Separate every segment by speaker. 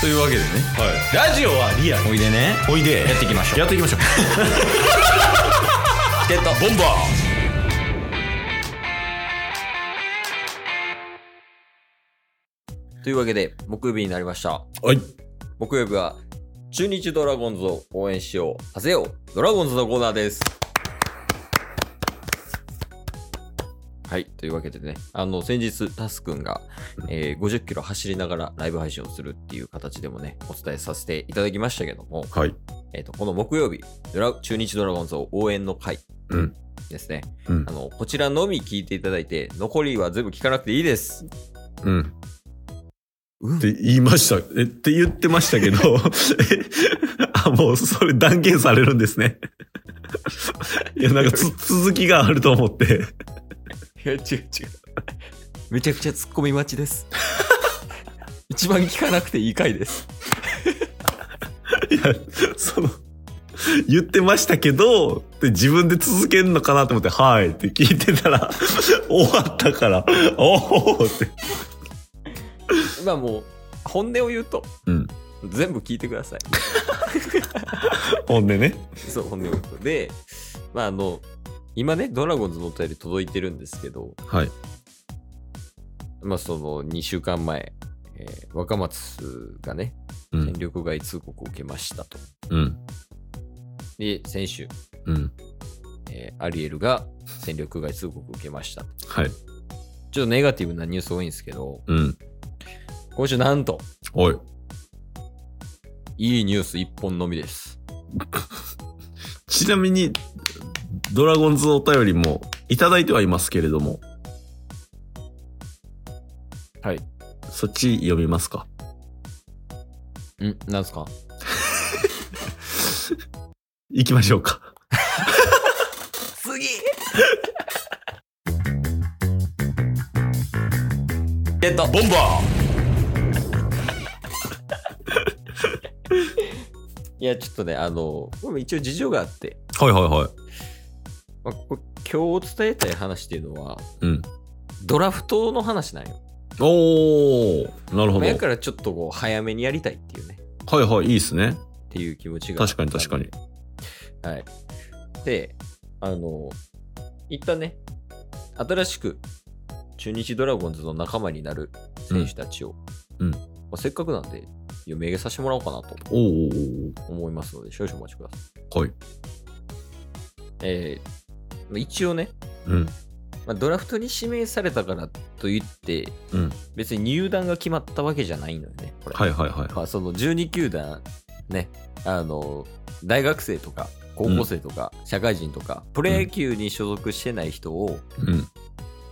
Speaker 1: というわけでね
Speaker 2: ラジオはリアル
Speaker 1: おいでね
Speaker 2: おいで
Speaker 1: やっていきましょう
Speaker 2: やっていきましょう
Speaker 1: チケットボンバーというわけで木曜日になりました
Speaker 2: はい
Speaker 1: 木曜日は中日ドラゴンズを応援しようはせようドラゴンズのコーナーですはいというわけでねあの先日タスくんが、えー50キロ走りながらライブ配信をするっていう形でもねお伝えさせていただきましたけども
Speaker 2: はい
Speaker 1: えっ、と、この木曜日、ドラ中日ドラゴンズを応援の会
Speaker 2: うん
Speaker 1: ですね。
Speaker 2: うん
Speaker 1: あの、こちらのみ聞いていただいて、残りは全部聞かなくていいです。
Speaker 2: うん
Speaker 1: うん
Speaker 2: って言いましたえって言ってましたけ どえあもうそれ断言されるんですねいやなんかつ続きがあると思って
Speaker 1: いや、違う違う。 めちゃくちゃ突っ込み待ち です。一番聞かなくていい回です。
Speaker 2: いやその言ってましたけどって自分で続けるのかなと思って「はい」って聞いてたら終わったから「おお」って
Speaker 1: まあもう、本音を言うと、
Speaker 2: うん
Speaker 1: 全部聞いてください。
Speaker 2: ほんでね
Speaker 1: そう、本音を言うと。で、まああの、今ね、ドラゴンズのお便り届いてるんですけど、
Speaker 2: はい
Speaker 1: まあその2週間前、えー若松がね、
Speaker 2: う
Speaker 1: 戦力外通告を受けましたと。
Speaker 2: うん
Speaker 1: で、先週、
Speaker 2: うん
Speaker 1: えーアリエルが戦力外通告を受けました。
Speaker 2: はい
Speaker 1: ちょっとネガティブなニュース多いんですけど、
Speaker 2: うん
Speaker 1: 今週なんと、
Speaker 2: おい
Speaker 1: いいニュース1本のみです。
Speaker 2: ちなみにドラゴンズお便りもいただいてはいますけれども
Speaker 1: はい。
Speaker 2: そっち読みますか
Speaker 1: んなんすか
Speaker 2: 行きましょうか
Speaker 1: 次 ゲットボンバー いや、ちょっとね、あの、これも一応事情があって、
Speaker 2: はいはいはい
Speaker 1: まあ、ここ今日伝えたい話っていうのは、
Speaker 2: うん
Speaker 1: ドラフトの話なんよ。
Speaker 2: おおなる
Speaker 1: ま
Speaker 2: ほ
Speaker 1: あ
Speaker 2: ど
Speaker 1: やからちょっとこう早めにやりたいっていうね、
Speaker 2: はいはいいいですね
Speaker 1: っていう気持ちが。
Speaker 2: 確かに確かに。
Speaker 1: はい。で、あの、一旦ね、新しく中日ドラゴンズの仲間になる選手たちを、
Speaker 2: うんうん
Speaker 1: まあ、せっかくなんで、読み上げさせてもらおうかなと
Speaker 2: おーお
Speaker 1: 思いますので、少々お待ちください。
Speaker 2: ーおーはい
Speaker 1: えーまあ一応ね、
Speaker 2: うん
Speaker 1: まあ、ドラフトに指名されたからといって、
Speaker 2: うん
Speaker 1: 別に入団が決まったわけじゃないのよね、これ。
Speaker 2: はいはいはい
Speaker 1: まあ、その12球団ねあの大学生とか高校生とか、社会人とかプロ野球に所属してない人を、
Speaker 2: うん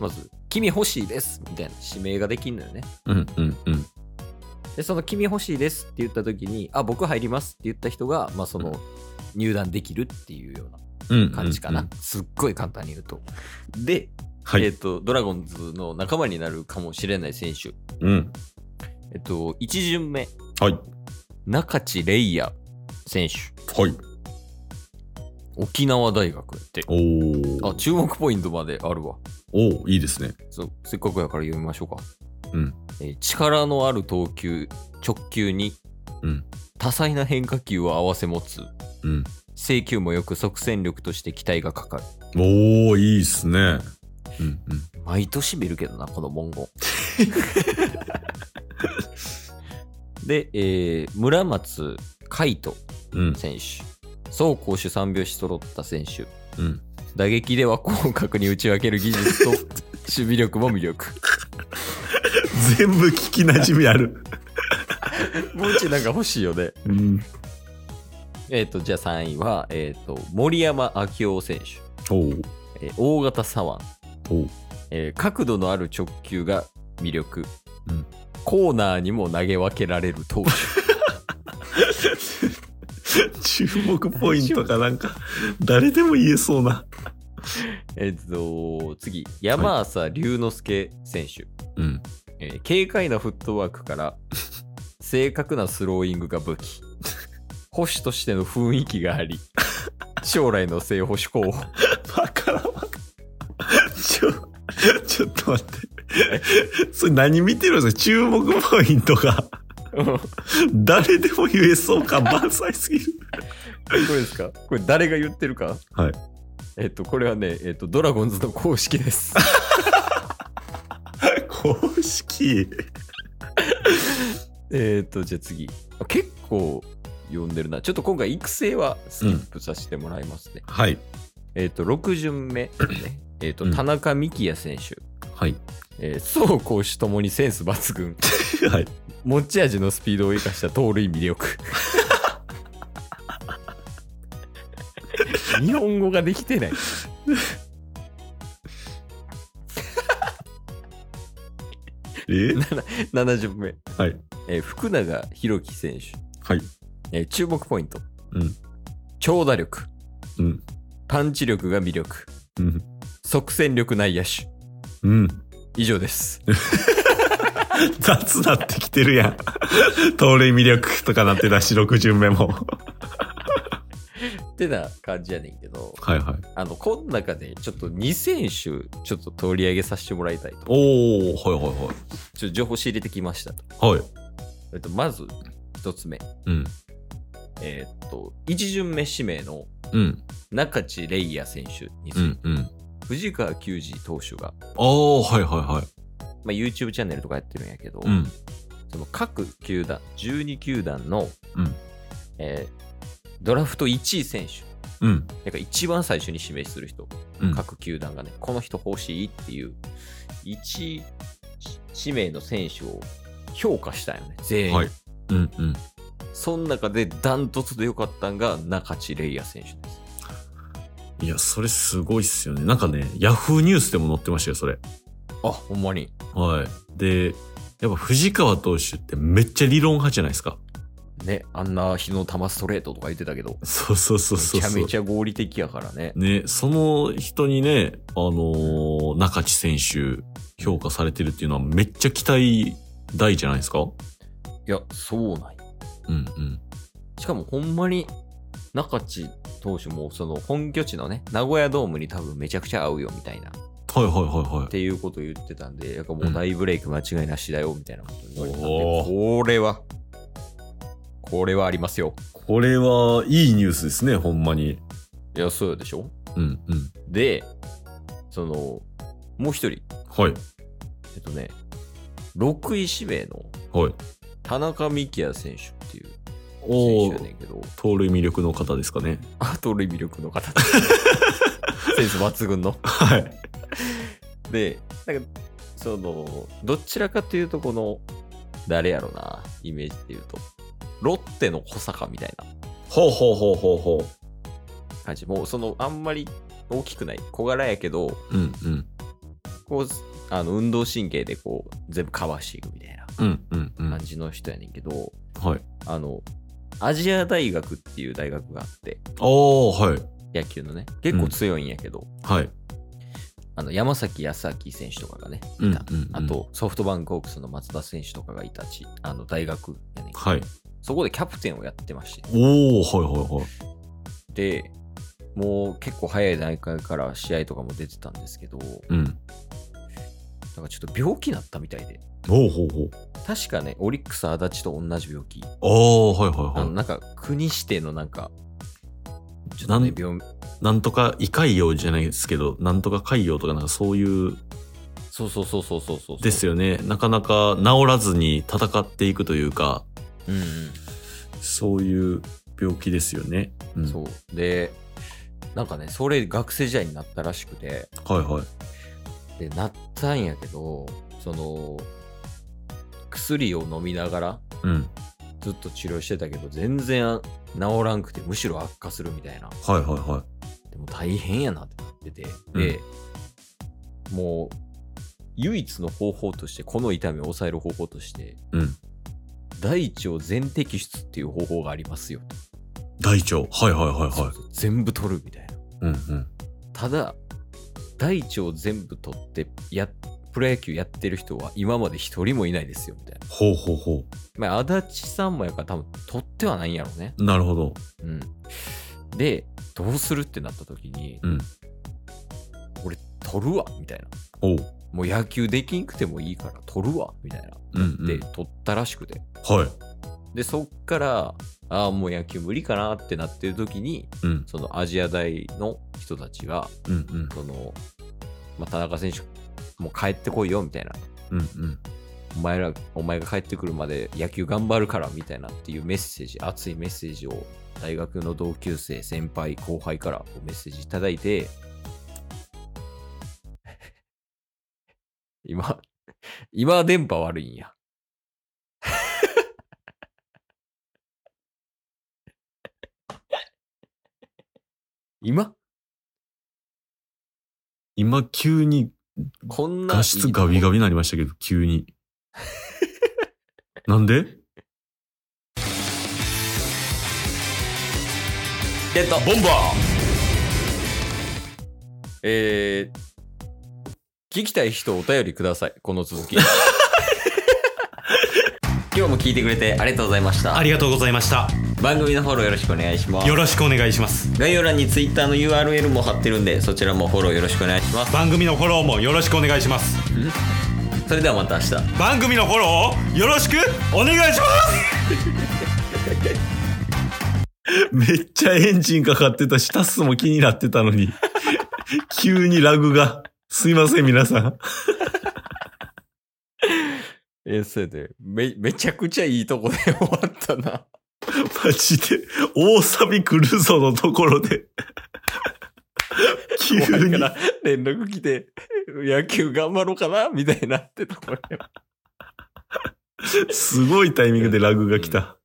Speaker 1: まず「君欲しいです」みたいな指名ができるのよね
Speaker 2: うんうんうん
Speaker 1: でその「君欲しいです」って言った時に「あ僕入ります」って言った人が、まあ、その入団できるっていうような
Speaker 2: うん
Speaker 1: 感じかな、
Speaker 2: うんうん
Speaker 1: すっごい簡単に言うとで、
Speaker 2: はい、
Speaker 1: えっとドラゴンズの仲間になるかもしれない選手
Speaker 2: うん
Speaker 1: えっと1巡目
Speaker 2: はい
Speaker 1: 中地レイヤ選手
Speaker 2: はい
Speaker 1: 沖縄大学やって
Speaker 2: おー
Speaker 1: あ、注目ポイントまであるわ。
Speaker 2: おおいいですね
Speaker 1: そうせっかくやから読みましょうか。
Speaker 2: うん
Speaker 1: えー力のある投球、直球に、
Speaker 2: うん
Speaker 1: 多彩な変化球を合わせ持つ、
Speaker 2: うん
Speaker 1: 制球もよく即戦力として期待がかかる。
Speaker 2: おおいいっすねうんうん
Speaker 1: 毎年見るけどな、この文 言。で、えー村松海斗
Speaker 2: うん
Speaker 1: 選手、走攻守三拍子揃った選手、
Speaker 2: うん
Speaker 1: 打撃では広角に打ち分ける技術と守備力も魅力。
Speaker 2: 全部聞きなじみある
Speaker 1: もうちょいなんか欲しいよね。
Speaker 2: うん
Speaker 1: えっ、と、じゃあ3位は、えっ、と、森山明夫選
Speaker 2: おー
Speaker 1: 手、えー大型左腕、
Speaker 2: おお
Speaker 1: えー角度のある直球が魅力、
Speaker 2: うん
Speaker 1: コーナーにも投げ分けられる 投手。
Speaker 2: 注目ポイントがなんか誰でも言えそうな
Speaker 1: えっと、次、山浅龍之介選手、
Speaker 2: うん
Speaker 1: えー軽快なフットワーク から、正確なスローイングが武 器、保守としての雰囲気があり、将来の正保守候 補。
Speaker 2: バカらバカちょちょっと待ってそれ何見てるんですか注目ポイントが誰でも言えそうか、万歳すぎる。
Speaker 1: これですかこれ誰が言ってるか
Speaker 2: はい。
Speaker 1: えっと、これはね、えっと、ドラゴンズの公式です。
Speaker 2: 公式。
Speaker 1: えっと、じゃあ次。あ結構読んでるな。ちょっと今回育成はスキップさせてもらいますね。
Speaker 2: はい。
Speaker 1: えっと、6巡 目、ね。えっと、
Speaker 2: うん
Speaker 1: 田中幹也選手。
Speaker 2: はい。
Speaker 1: えー、走攻守ともにセンス抜 群。
Speaker 2: はい。
Speaker 1: 持ち味のスピードを生かした盗塁魅 力。日本語ができてない。
Speaker 2: え
Speaker 1: 70目。
Speaker 2: はい。
Speaker 1: えー福永博樹選手。
Speaker 2: はい。
Speaker 1: えー注目ポイント。
Speaker 2: うん。
Speaker 1: 長打力。
Speaker 2: うん。
Speaker 1: パンチ力が魅力。
Speaker 2: うん。
Speaker 1: 即戦力内野手。
Speaker 2: うん。
Speaker 1: 以上です。
Speaker 2: 雑なってきてるやん。盗塁魅力とかなってたし、6巡目も。
Speaker 1: ってな感じやねんけど、
Speaker 2: はいはい。
Speaker 1: あの、この中でちょっと2選手、ちょっと取り上げさせてもらいたいと。
Speaker 2: おー、はいはい
Speaker 1: ちょっと情報仕入れてきましたと。
Speaker 2: はい。はい。
Speaker 1: えっと、まず、1つ目。
Speaker 2: うん。
Speaker 1: えーっと、1巡目指名の
Speaker 2: うん。
Speaker 1: 中地レイヤ選手に、
Speaker 2: うん。うん。
Speaker 1: 藤川球児投手が、
Speaker 2: おー、はいはいはい。
Speaker 1: まあ、YouTube チャンネルとかやってるんやけど、
Speaker 2: うん。
Speaker 1: その各球団、12球団の、
Speaker 2: うん
Speaker 1: えードラフト1位選手、
Speaker 2: うん。
Speaker 1: なんか一番最初に指名する人、
Speaker 2: うん。
Speaker 1: 各球団がね、この人欲しいっていう、1指名の選手を評価したんよね、全員。
Speaker 2: はい。うん。うん。
Speaker 1: その中でダントツで良かったんが中地レイヤ選手です。
Speaker 2: いや、それすごいっすよね。なんかね、ヤフーニュースでも載ってましたよ、それ。
Speaker 1: あ、ほんまに。
Speaker 2: はい。で、やっぱ藤川投手ってめっちゃ理論派じゃないですか。
Speaker 1: ね、あんな日の玉ストレートとか言ってたけど、
Speaker 2: そうそうそうそう
Speaker 1: め
Speaker 2: そ
Speaker 1: ち
Speaker 2: う。
Speaker 1: ゃめちゃ合理的やからね。
Speaker 2: ね、その人にね、あのー中地選手評価されてるっていうのはめっちゃ期待大じゃないですか
Speaker 1: いや、そうなんよ
Speaker 2: うんうん。
Speaker 1: しかもほんまに中地投手もその本拠地のね、名古屋ドームに多分めちゃくちゃ合うよみたいな、っ
Speaker 2: はいはいは
Speaker 1: ていうことを言ってたんで、やっぱも
Speaker 2: う
Speaker 1: うん大ブレイク間違いなしだよみたいなこと言われてたんで、
Speaker 2: お
Speaker 1: これは、これはありますよ。
Speaker 2: いはい。これはいいニュースですね、ほんまに。
Speaker 1: いや、そうでしょ
Speaker 2: うんうん。
Speaker 1: で、その、もう一人、
Speaker 2: はい。
Speaker 1: えっとね、6位指名の
Speaker 2: はい。
Speaker 1: 田中幹也選手っていう
Speaker 2: お
Speaker 1: 選手や
Speaker 2: ー
Speaker 1: ねんけど、
Speaker 2: 盗塁魅力の方ですかね。
Speaker 1: あ、盗塁魅力の方。 センス抜群の。
Speaker 2: はい。
Speaker 1: で、なんか、その、どちらかというと、この、誰やろな、イメージで言うと、ロッテの小坂みたいな
Speaker 2: ほうほうほうほうほ
Speaker 1: 感じ。もう、その、あんまり大きくない、小柄やけど、
Speaker 2: う。うんうん。
Speaker 1: こう、あの、運動神経でこう、全部かわしていくみたい
Speaker 2: うんうんうん。
Speaker 1: な
Speaker 2: は
Speaker 1: 感じの人やねんけど、
Speaker 2: い。
Speaker 1: あの、アジア大学っていう大学があって、
Speaker 2: おー、はい。
Speaker 1: 野球のね、結構強いんやけど、
Speaker 2: はい。
Speaker 1: あの、山崎康明選手とかがね、いた。
Speaker 2: うんうんうん
Speaker 1: あ、と、ソフトバンクホークスの松田選手とかがいたち、あの、大学やねんけど
Speaker 2: はい。
Speaker 1: そこでキャプテンをやってまして、
Speaker 2: おー、はいはいはい。
Speaker 1: で、もう結構早い段階から試合とかも出てたんですけど、なん
Speaker 2: うん。
Speaker 1: かちょっと病気になったみたいで、
Speaker 2: ほうほうほう。
Speaker 1: 確かね、オリックス足立と同じ病気、
Speaker 2: あー、はいはい
Speaker 1: あ
Speaker 2: はい
Speaker 1: の。なんか国指定のなんか、ちょっ
Speaker 2: な
Speaker 1: と
Speaker 2: ん
Speaker 1: ね、病
Speaker 2: なんとか胃潰瘍じゃないですけど、なんとか潰瘍とかなんかそういう
Speaker 1: そうそうそうそうそうそう。
Speaker 2: です
Speaker 1: よ。
Speaker 2: よね。なかなか治らずに戦っていくというか、
Speaker 1: うんうん。
Speaker 2: そういう病気ですよね。うん、
Speaker 1: そう。で、なんかね、それ学生時代になったらしくて、
Speaker 2: はいはい。
Speaker 1: で、なったんやけど、その、薬を飲みながら
Speaker 2: うん。
Speaker 1: ずっと治療してたけど、全然治らんくて、むしろ悪化するみたいな。
Speaker 2: はいはいは
Speaker 1: でも大変やなってなってて、で、もう、唯一の方法として、この痛みを抑える方法として、
Speaker 2: い。うん。
Speaker 1: 大腸全摘出っていう方法がありますよと。
Speaker 2: 大腸。はいはいはいはい。
Speaker 1: 全部取るみたいな。
Speaker 2: うんうん。
Speaker 1: ただ大腸を全部取ってやプロ野球やってる人は今まで一人もいないですよみたいな。
Speaker 2: ほうほうほ
Speaker 1: まあ、足立さんもやから多分取ってはないんやろうね。
Speaker 2: う。なるほど。
Speaker 1: うん。で、どうするってなった時に、
Speaker 2: うん。
Speaker 1: 俺取るわみたいな。
Speaker 2: おう。
Speaker 1: もう野球できんくてもいいから取るわ、みたいな。
Speaker 2: うんうん
Speaker 1: で、取ったらしくて。
Speaker 2: はい。
Speaker 1: で、そっから、ああ、もう野球無理かなってなってる時に、
Speaker 2: うん。
Speaker 1: そのアジア大の人たちが、
Speaker 2: うんうん。
Speaker 1: その、まあ、田中選手、もう帰ってこいよ、みたいな。
Speaker 2: うんうん。
Speaker 1: お前ら、お前が帰ってくるまで野球頑張るから、みたいなっていうメッセージ、熱いメッセージを、大学の同級生、先輩、後輩からこうメッセージいただいて、 今、今電波悪いんや。 今
Speaker 2: 今急に
Speaker 1: こんな。
Speaker 2: 画質ガビガビになりましたけど、急に。なんで
Speaker 1: ゲット
Speaker 2: ボンバ
Speaker 1: えー、聞きたい人お便りください。この 続き。今日も聞いてくれてありがとうございました。
Speaker 3: ありがとうございました。
Speaker 1: 番組のフォローよろしくお願いします
Speaker 3: よ。ろしくお願いします。
Speaker 1: 概要欄に Twitter の URL も貼ってるんで、そちらもフォローよろしくお願いします。
Speaker 3: 番組のフォローもよろしくお願いします。
Speaker 1: それではまた明日。
Speaker 3: 番組のフォローをよろしくお願いします
Speaker 2: ーめっちゃエンジンかかってたし、タスも気になってたのに。急にラグが。すいません、皆さん。
Speaker 1: え、それで、め、めちゃくちゃいいとこで終わったな。
Speaker 2: マジで、大サビ来るぞのところで。急
Speaker 1: 後輩か。
Speaker 2: に
Speaker 1: ら連絡来て、野球頑張ろうかなみたいなってところで
Speaker 2: すごいタイミングでラグが来た。